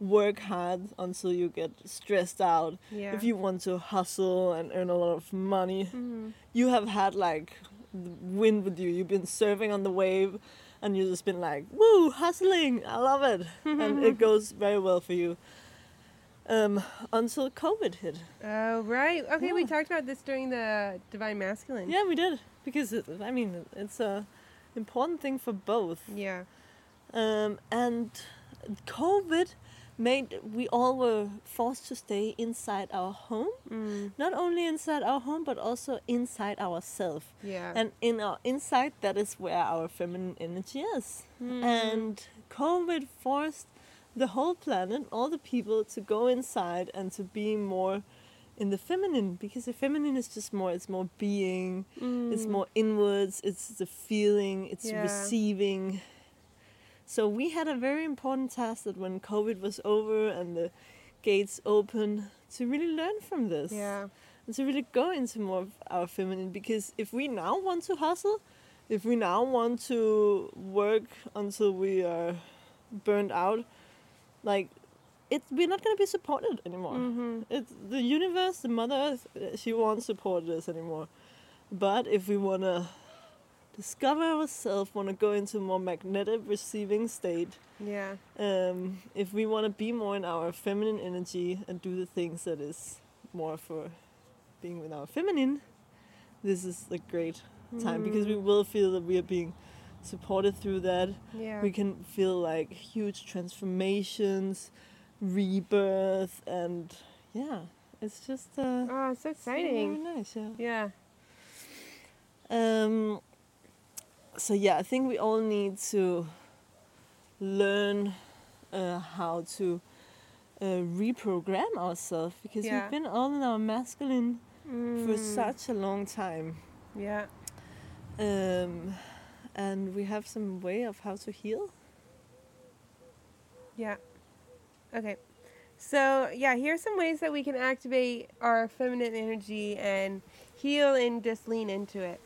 Speaker 2: work hard until you get stressed out,
Speaker 1: Yeah.
Speaker 2: if you want to hustle and earn a lot of money,
Speaker 1: Mm-hmm.
Speaker 2: you have had like the wind with you. You've been surfing on the wave and you've just been like, woo, hustling, I love it.
Speaker 1: Mm-hmm.
Speaker 2: and it goes very well for you. Um, until COVID hit.
Speaker 1: Oh, right. Okay, we
Speaker 2: Yeah.
Speaker 1: talked about this during the divine masculine.
Speaker 2: Yeah, we did. Because, it, I mean, it's a, important thing for both.
Speaker 1: Yeah.
Speaker 2: Um, and COVID made we all were forced to stay inside our home,
Speaker 1: Mm.
Speaker 2: not only inside our home but also inside ourselves.
Speaker 1: Yeah.
Speaker 2: And in our inside, that is where our feminine energy is.
Speaker 1: Mm-hmm.
Speaker 2: And COVID forced the whole planet, all the people, to go inside and to be more in the feminine because the feminine is just more it's more being
Speaker 1: Mm-hmm.
Speaker 2: it's more inwards it's the feeling it's
Speaker 1: Mm. Yeah.
Speaker 2: receiving so we had a very important task that when covid was over and the gates open to really learn from this
Speaker 1: yeah.
Speaker 2: and to really go into more of our feminine because if we now want to hustle if we now want to work until we are burned out like it, we're not going to be supported anymore
Speaker 1: Mhm.
Speaker 2: it's the universe the mother earth uh, she won't support us anymore but if we want to discover ourselves want to go into more magnetic receiving state
Speaker 1: Mm-hmm. Yeah.
Speaker 2: um, if we want to be more in our feminine energy and do the things that is more for being with our feminine, this is a great time
Speaker 1: Hmm.
Speaker 2: because we will feel that we are being supported through that.
Speaker 1: Mm-hmm. Yeah.
Speaker 2: We can feel like huge transformations, rebirth, and yeah, it's just uh,
Speaker 1: oh, it's so
Speaker 2: it's very
Speaker 1: exciting.
Speaker 2: nice, yeah.
Speaker 1: Yeah.
Speaker 2: Um, so yeah, I think we all need to learn uh, how to uh, reprogram ourselves because
Speaker 1: Yeah.
Speaker 2: we've been all in our masculine for
Speaker 1: Mm.
Speaker 2: such a long time,
Speaker 1: Yeah.
Speaker 2: um, and we have some way of how to heal.
Speaker 1: Yeah. Okay. So, yeah, here are some ways that we can activate our feminine energy and heal and just lean into it.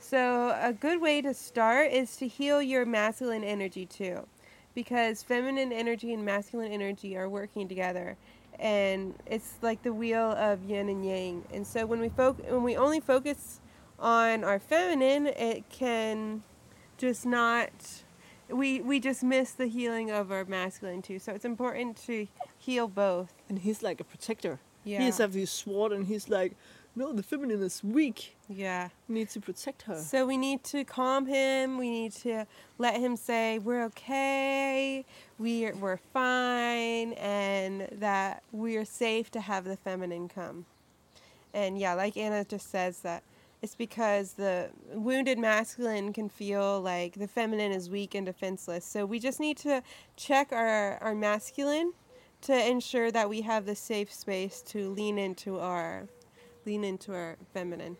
Speaker 1: So, a good way to start is to heal your masculine energy too, because feminine energy and masculine energy are working together. And it's like the wheel of yin and yang. And so when we fo- when we only focus on our feminine, it can just not we we just miss the healing of our masculine too. So it's important to heal both.
Speaker 2: And he's like a protector.
Speaker 1: Yeah.
Speaker 2: He's have his sword, and he's like, no, the feminine is weak.
Speaker 1: Yeah.
Speaker 2: We need to protect her.
Speaker 1: So we need to calm him. We need to let him say we're okay, we're we're fine, and that we're safe to have the feminine come. And yeah, like Anna just says that it's because the wounded masculine can feel like the feminine is weak and defenseless. So we just need to check our our masculine to ensure that we have the safe space to lean into our lean into our feminine.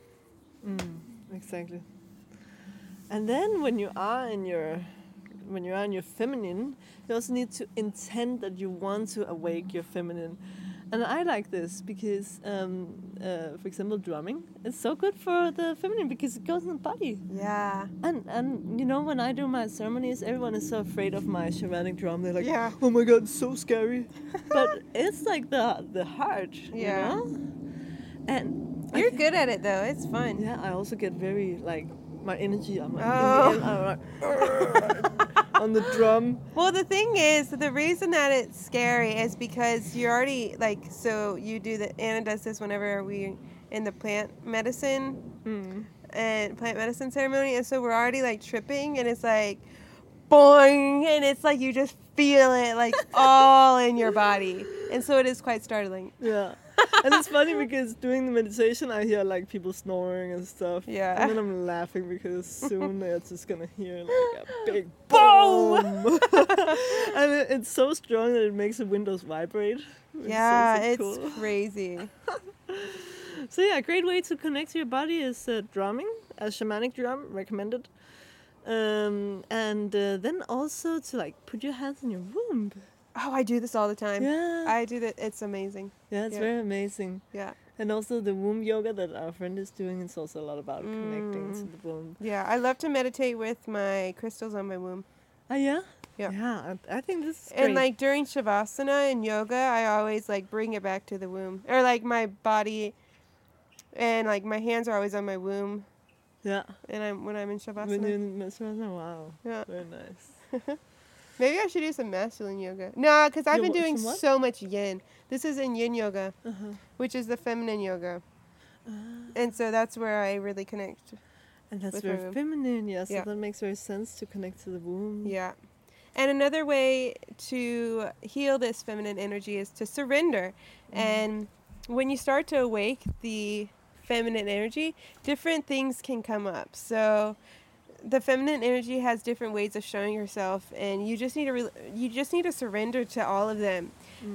Speaker 2: Exactly. And then when you are in your when you are in your feminine, you also need to intend that you want to awake your feminine. And I like this because, um, uh, for example, drumming is so good for the feminine because it goes in the body.
Speaker 1: Yeah.
Speaker 2: And and you know when I do my ceremonies, everyone is so afraid of my shamanic drum. They're like,
Speaker 1: Yeah.
Speaker 2: "Oh my god, it's so scary!" but it's like the the heart,
Speaker 1: Yeah.
Speaker 2: you know. And I
Speaker 1: You're good at it though. It's fun.
Speaker 2: yeah, I also get very like my energy. I'm like,
Speaker 1: Oh.
Speaker 2: in the air, I'm like on the drum.
Speaker 1: Well, the thing is, the reason that it's scary is because you're already like so you do the Anna does this whenever we in the plant medicine and plant medicine ceremony, and so we're already like tripping, and it's like boing, and it's like you just feel it like all in your body, and so it is quite startling.
Speaker 2: Yeah, and it's funny because doing the meditation, I hear like people snoring and stuff.
Speaker 1: Yeah.
Speaker 2: and then I'm laughing because soon they're just gonna hear like a big
Speaker 1: Boom!
Speaker 2: boom, and it, it's so strong that it makes the windows vibrate. which is
Speaker 1: yeah,
Speaker 2: also
Speaker 1: it's
Speaker 2: cool.
Speaker 1: crazy.
Speaker 2: So yeah, a great way to connect to your body is uh, drumming, a shamanic drum recommended. Um, and uh, then also to like put your hands in your womb.
Speaker 1: Oh, I do this all the time.
Speaker 2: yeah,
Speaker 1: I do that. It's amazing.
Speaker 2: yeah, it's
Speaker 1: yeah.
Speaker 2: very amazing.
Speaker 1: Yeah.
Speaker 2: And also the womb yoga that our friend is doing is also a lot about connecting
Speaker 1: Mm.
Speaker 2: to the womb.
Speaker 1: Yeah, I love to meditate with my crystals on my womb.
Speaker 2: Ah yeah,
Speaker 1: Yeah.
Speaker 2: yeah. I, I think this is great.
Speaker 1: And like during shavasana and yoga, I always like bring it back to the womb, or like my body, and like my hands are always on my womb,
Speaker 2: yeah,
Speaker 1: and I'm when I'm in
Speaker 2: when you're
Speaker 1: shavasana.
Speaker 2: in mesmerism, wow,
Speaker 1: Yeah.
Speaker 2: very nice.
Speaker 1: Maybe I should do some masculine yoga. No, because I've
Speaker 2: You
Speaker 1: been
Speaker 2: want
Speaker 1: doing
Speaker 2: some what?
Speaker 1: so much yin. This is in yin yoga,
Speaker 2: Uh-huh.
Speaker 1: which is the feminine yoga, and so that's where I really connect.
Speaker 2: And that's
Speaker 1: With
Speaker 2: very
Speaker 1: womb.
Speaker 2: feminine, yeah. So
Speaker 1: Yeah.
Speaker 2: that makes very sense to connect to the womb.
Speaker 1: Yeah. And another way to heal this feminine energy is to surrender. And when you start to awake the feminine energy, different things can come up. So the feminine energy has different ways of showing herself and you just need to re- you just need to surrender to all of them.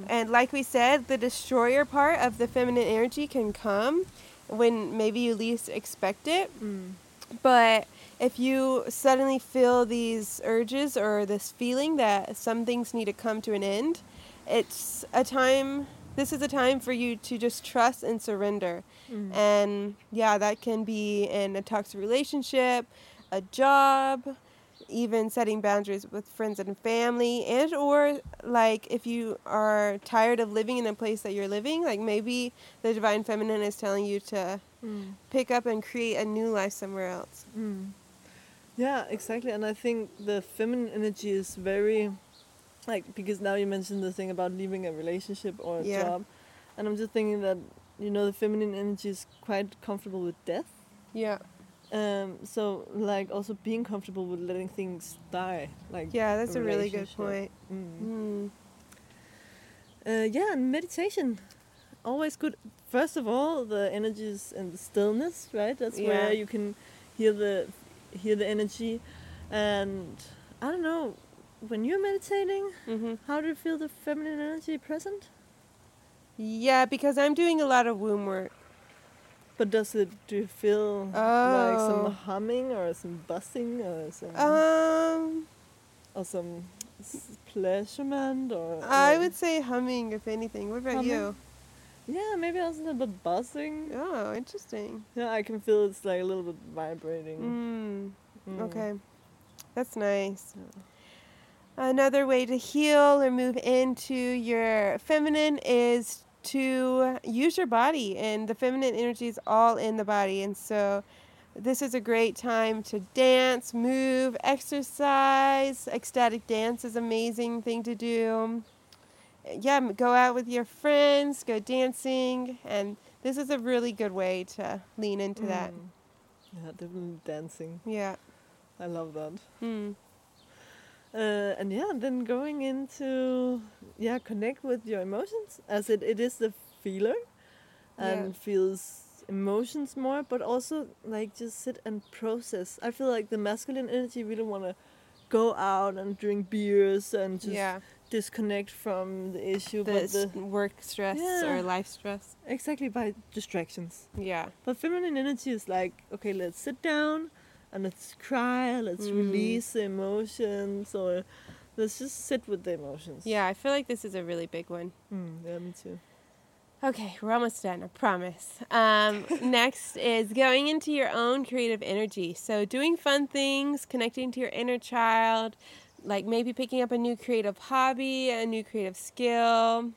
Speaker 1: And like we said, the destroyer part of the feminine energy can come when maybe you least expect it.
Speaker 2: Mm.
Speaker 1: But if you suddenly feel these urges or this feeling that some things need to come to an end, it's a time, this is a time for you to just trust and surrender. And yeah, that can be in a toxic relationship, a job, even setting boundaries with friends and family and or like if you are tired of living in a place that you're living like maybe the divine feminine is telling you to
Speaker 2: Mm.
Speaker 1: pick up and create a new life somewhere else.
Speaker 2: Mm. Yeah, exactly. And I think the feminine energy is very, like, because now you mentioned the thing about leaving a relationship or a
Speaker 1: Yeah.
Speaker 2: job. And I'm just thinking that, you know, the feminine energy is quite comfortable with death.
Speaker 1: Yeah.
Speaker 2: Um, so, like, also being comfortable with letting things die. Like,
Speaker 1: Yeah, that's a really good
Speaker 2: relationship.
Speaker 1: point.
Speaker 2: Mm.
Speaker 1: Mm.
Speaker 2: Uh, yeah, and meditation. Always good. First of all, the energies and the stillness, right? That's
Speaker 1: Yeah.
Speaker 2: where you can hear the hear the energy. And I don't know, when you're meditating,
Speaker 1: hmm
Speaker 2: how do you feel the feminine energy present?
Speaker 1: Yeah, because I'm doing a lot of womb work.
Speaker 2: But does it do you feel like
Speaker 1: Oh.
Speaker 2: some humming or some buzzing or some
Speaker 1: Um,
Speaker 2: or some s- pleasurement or
Speaker 1: I
Speaker 2: like-
Speaker 1: would say humming, if anything. What about
Speaker 2: Humming?
Speaker 1: you?
Speaker 2: yeah maybe also a little bit buzzing.
Speaker 1: Oh, interesting.
Speaker 2: Yeah, I can feel it's like a little bit vibrating.
Speaker 1: Mm.
Speaker 2: Mm.
Speaker 1: Okay, that's nice. Another way to heal or move into your feminine is to use your body, and the feminine energy is all in the body. And so, this is a great time to dance, move, exercise. Ecstatic dance is amazing thing to do. Yeah, m- go out with your friends, go dancing, and this is a really good way to lean into that.
Speaker 2: Mm. Yeah, definitely dancing.
Speaker 1: Yeah.
Speaker 2: I love that.
Speaker 1: Mm.
Speaker 2: Uh, and yeah, then going into yeah, connect with your emotions as it, it is the feeler and
Speaker 1: Yeah.
Speaker 2: feels emotions more, but also like just sit and process. I feel like the masculine energy really want to go out and drink beers and just
Speaker 1: yeah.
Speaker 2: disconnect from the issue,
Speaker 1: the,
Speaker 2: but
Speaker 1: s-
Speaker 2: the,
Speaker 1: work stress
Speaker 2: Yeah.
Speaker 1: or life stress.
Speaker 2: exactly by distractions.
Speaker 1: Yeah.
Speaker 2: But feminine energy is like, okay, let's sit down and let's cry, let's
Speaker 1: Mm.
Speaker 2: release the emotions, or let's just sit with the emotions.
Speaker 1: Yeah, I feel like this is a really big one.
Speaker 2: Mm, yeah, me too.
Speaker 1: Okay, we're almost done, I promise. Um, next is going into your own creative energy. So, doing fun things, connecting to your inner child, like maybe picking up a new creative hobby, a new creative skill.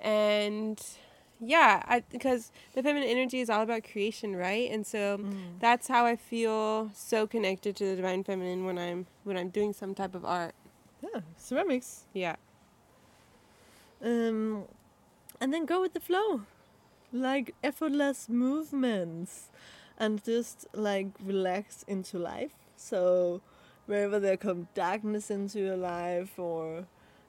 Speaker 1: And yeah, I, because the feminine energy is all about creation, right? And so that's how I feel so connected to the divine feminine when I'm when I'm doing some type of art.
Speaker 2: Yeah, ceramics.
Speaker 1: Yeah.
Speaker 2: Um, and then go with the flow, like effortless movements, and just like relax into life. So wherever there come darkness into your life or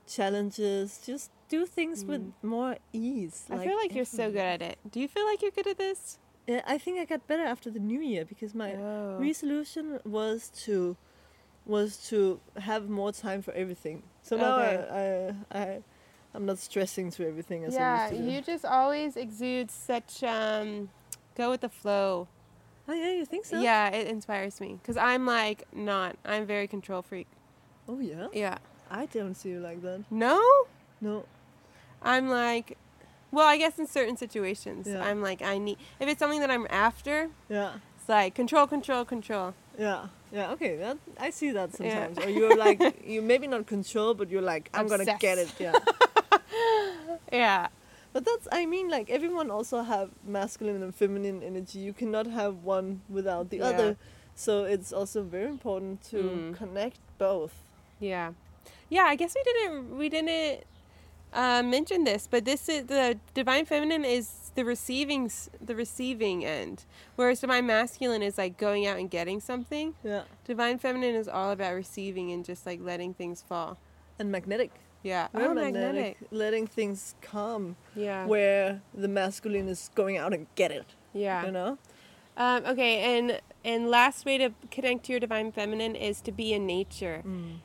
Speaker 2: challenges, just do things with more ease.
Speaker 1: Mm. I feel like mm-hmm. you're so
Speaker 2: effortless.
Speaker 1: good at it. Do you feel like you're good at this?
Speaker 2: Yeah, Uh, I think I got better after the new year because my
Speaker 1: Oh.
Speaker 2: resolution was to was to have more time for everything. So now I, I I I'm not stressing to everything as I
Speaker 1: Yeah,
Speaker 2: used to. do.
Speaker 1: you just always exude such um go with the flow.
Speaker 2: Oh yeah, you think so?
Speaker 1: Yeah, it inspires me cuz I'm like not. I'm very control freak.
Speaker 2: Oh yeah.
Speaker 1: Yeah.
Speaker 2: I don't see you like that.
Speaker 1: No?
Speaker 2: No.
Speaker 1: I'm like well, I guess in certain situations,
Speaker 2: Yeah.
Speaker 1: I'm like I need if it's something that I'm after,
Speaker 2: Yeah.
Speaker 1: it's like control, control, control.
Speaker 2: Yeah. Yeah. Okay. That I see that
Speaker 1: Yeah.
Speaker 2: sometimes. Or you're like you maybe not control, but you're like I'm gonna get it.
Speaker 1: Obsessed.
Speaker 2: Yeah.
Speaker 1: Yeah.
Speaker 2: But that's I mean like everyone also have masculine and feminine energy. You cannot have one without the
Speaker 1: Yeah.
Speaker 2: other. So it's also very important to
Speaker 1: Mm.
Speaker 2: connect both.
Speaker 1: Yeah. Yeah, I guess we didn't we didn't uh, mentioned this, but this is the divine feminine is the receiving s- the receiving end, whereas divine masculine is like going out and getting something.
Speaker 2: Yeah.
Speaker 1: Divine feminine is all about receiving and just like letting things fall.
Speaker 2: And magnetic.
Speaker 1: Yeah.
Speaker 2: We're
Speaker 1: oh, magnetic. Ah.
Speaker 2: Letting things come
Speaker 1: Yeah.
Speaker 2: where the masculine is going out and get it.
Speaker 1: yeah.
Speaker 2: You know?
Speaker 1: Um, okay, and and last way to connect to your divine feminine is to be in nature,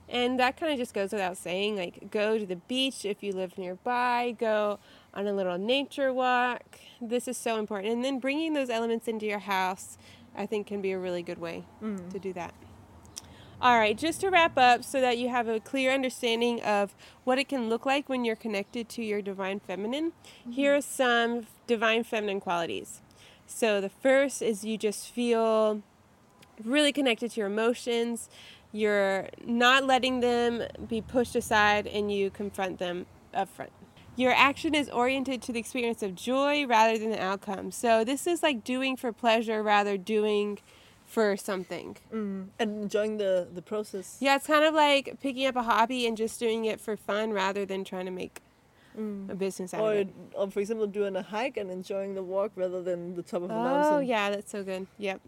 Speaker 1: and that kind of just goes without saying. Like, go to the beach if you live nearby. Go on a little nature walk. This is so important, and then bringing those elements into your house, I think, can be a really good way to do that. All right, just to wrap up so that you have a clear understanding of what it can look like when you're connected to your divine feminine, here are some divine feminine qualities. So, the first is you just feel really connected to your emotions, you're not letting them be pushed aside, and you confront them up front. Your action is oriented to the experience of joy rather than the outcome. So, this is like doing for pleasure rather doing for something.
Speaker 2: Mm. And enjoying the, the process.
Speaker 1: Yeah, it's kind of like picking up a hobby and just doing it for fun rather than trying to make a business out
Speaker 2: Or,
Speaker 1: of it.
Speaker 2: or, for example, doing a hike and enjoying the walk rather than the top of the
Speaker 1: Oh,
Speaker 2: mountain.
Speaker 1: yeah, that's so good. Yep.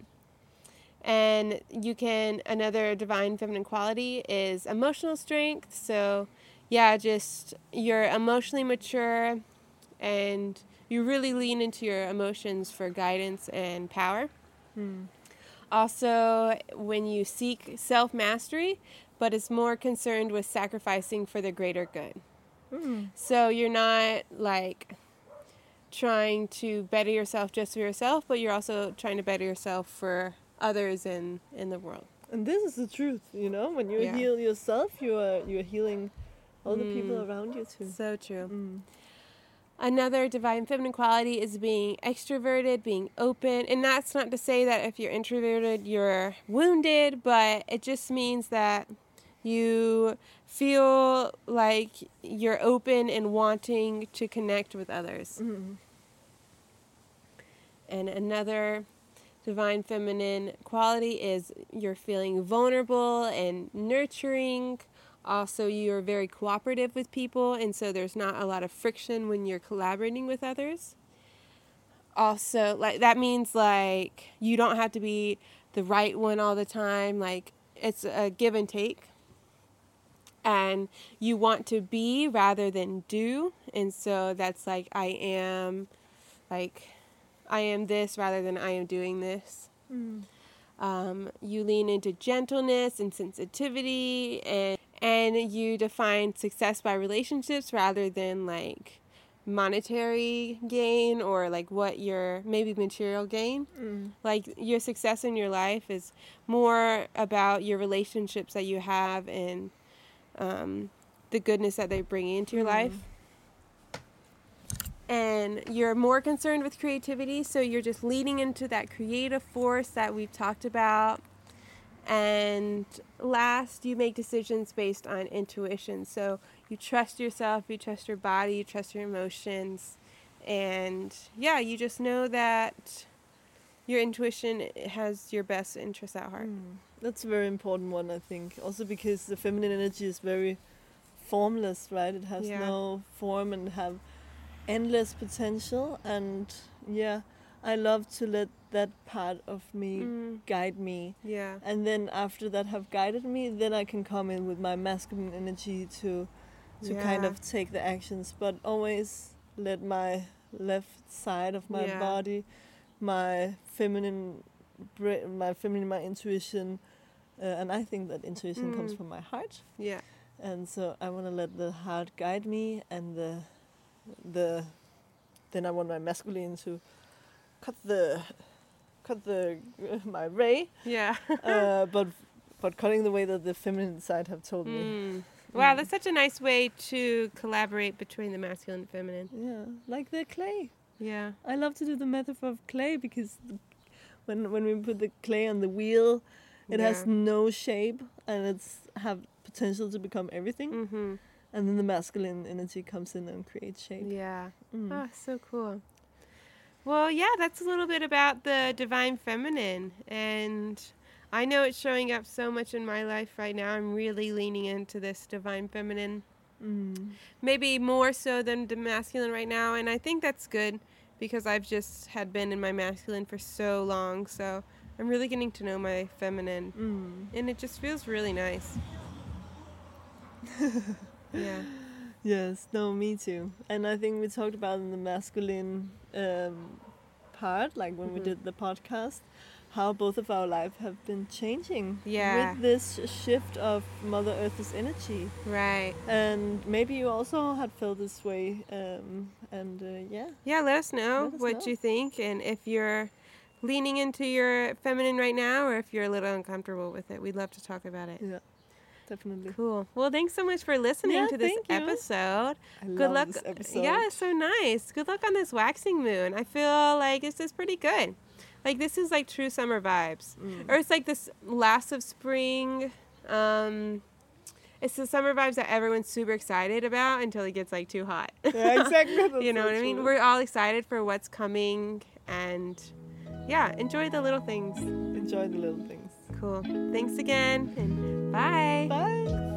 Speaker 1: And you can, another divine feminine quality is emotional strength. So, yeah, just you're emotionally mature and you really lean into your emotions for guidance and power. Also, when you seek self mastery, but is more concerned with sacrificing for the greater good. So you're not like trying to better yourself just for yourself, but you're also trying to better yourself for others in in the world.
Speaker 2: And this is the truth, you know? When you
Speaker 1: Yeah.
Speaker 2: heal yourself, you are, you're healing all the people
Speaker 1: Mm.
Speaker 2: around you too.
Speaker 1: So true. Another divine feminine quality is being extroverted, being open. And that's not to say that if you're introverted, you're wounded, but it just means that you feel like you're open and wanting to connect with others. And another divine feminine quality is you're feeling vulnerable and nurturing. Also, you're very cooperative with people, and so there's not a lot of friction when you're collaborating with others. Also, like that means like you don't have to be the right one all the time. Like it's a give and take. And you want to be rather than do. And so that's like I am like I am this rather than I am doing this. Um, you lean into gentleness and sensitivity, and and you define success by relationships rather than like monetary gain or like what your maybe material gain. Like your success in your life is more about your relationships that you have and um, the goodness that they bring into your life and you're more concerned with creativity, so you're just leaning into that creative force that we've talked about. And last, you make decisions based on intuition. So you trust yourself, you trust your body, you trust your emotions. And yeah, you just know that your intuition has your best interests at heart.
Speaker 2: Mm. That's a very important one, I think. Also because the feminine energy is very formless, right? It has
Speaker 1: Yeah.
Speaker 2: no form and have endless potential. And yeah, I love to let that part of me
Speaker 1: Mm.
Speaker 2: guide me.
Speaker 1: Yeah.
Speaker 2: And then after that have guided me, then I can come in with my masculine energy to to kind
Speaker 1: Yeah.
Speaker 2: of take the actions. But always let my left side of my
Speaker 1: Yeah.
Speaker 2: body, my feminine, bra- my feminine, my intuition, uh, and I think that intuition comes
Speaker 1: Mm.
Speaker 2: from my heart.
Speaker 1: Yeah.
Speaker 2: And so I want to let the heart guide me, and the the then I want my masculine to cut the cut the my ray,
Speaker 1: Yeah.
Speaker 2: uh, but but cutting the way that the feminine side have told me.
Speaker 1: Mm. Wow, that's such a nice way to collaborate between the masculine and feminine.
Speaker 2: Yeah, like the clay.
Speaker 1: Yeah.
Speaker 2: I love to do the metaphor of clay because the- when when we put the clay on the wheel, it has
Speaker 1: Yeah.
Speaker 2: no shape and it's have potential to become everything.
Speaker 1: Mm-hmm.
Speaker 2: And then the masculine energy comes in and creates shape.
Speaker 1: Yeah.
Speaker 2: Mm.
Speaker 1: Oh, so cool. Well, yeah, that's a little bit about the divine feminine. And I know it's showing up so much in my life right now. I'm really leaning into this divine feminine
Speaker 2: Mm.
Speaker 1: maybe more so than the masculine right now and i think that's good because i've just had been in my masculine for so long so i'm really getting to know my feminine
Speaker 2: Mm.
Speaker 1: and it just feels really nice yeah
Speaker 2: Yes, no, me too. And I think we talked about in the masculine um, part, like when we
Speaker 1: Mhm.
Speaker 2: did the podcast, how both of our life have been changing.
Speaker 1: Yeah.
Speaker 2: With this shift of Mother Earth's energy,
Speaker 1: right
Speaker 2: and maybe you also had felt this way. Um, and uh, yeah,
Speaker 1: yeah let us know
Speaker 2: Let us
Speaker 1: what
Speaker 2: know.
Speaker 1: you think and if you're leaning into your feminine right now or if you're a little uncomfortable with it we'd love to talk about it
Speaker 2: yeah, definitely.
Speaker 1: cool well thanks so much for listening
Speaker 2: Yeah,
Speaker 1: to this
Speaker 2: thank you.
Speaker 1: episode
Speaker 2: I
Speaker 1: Good
Speaker 2: love
Speaker 1: luck.
Speaker 2: this episode.
Speaker 1: Yeah, it's so nice. Good luck on this waxing moon. I feel like this is pretty good. Like this is like true summer vibes,
Speaker 2: Mm.
Speaker 1: or it's like this last of spring. Um, it's the summer vibes that everyone's super excited about until it gets like too hot.
Speaker 2: Yeah, exactly.
Speaker 1: you
Speaker 2: That's
Speaker 1: know
Speaker 2: so
Speaker 1: what I mean?
Speaker 2: true.
Speaker 1: We're all excited for what's coming, and yeah, enjoy the little things.
Speaker 2: Enjoy the little things.
Speaker 1: Cool. Thanks again, and bye.
Speaker 2: Bye.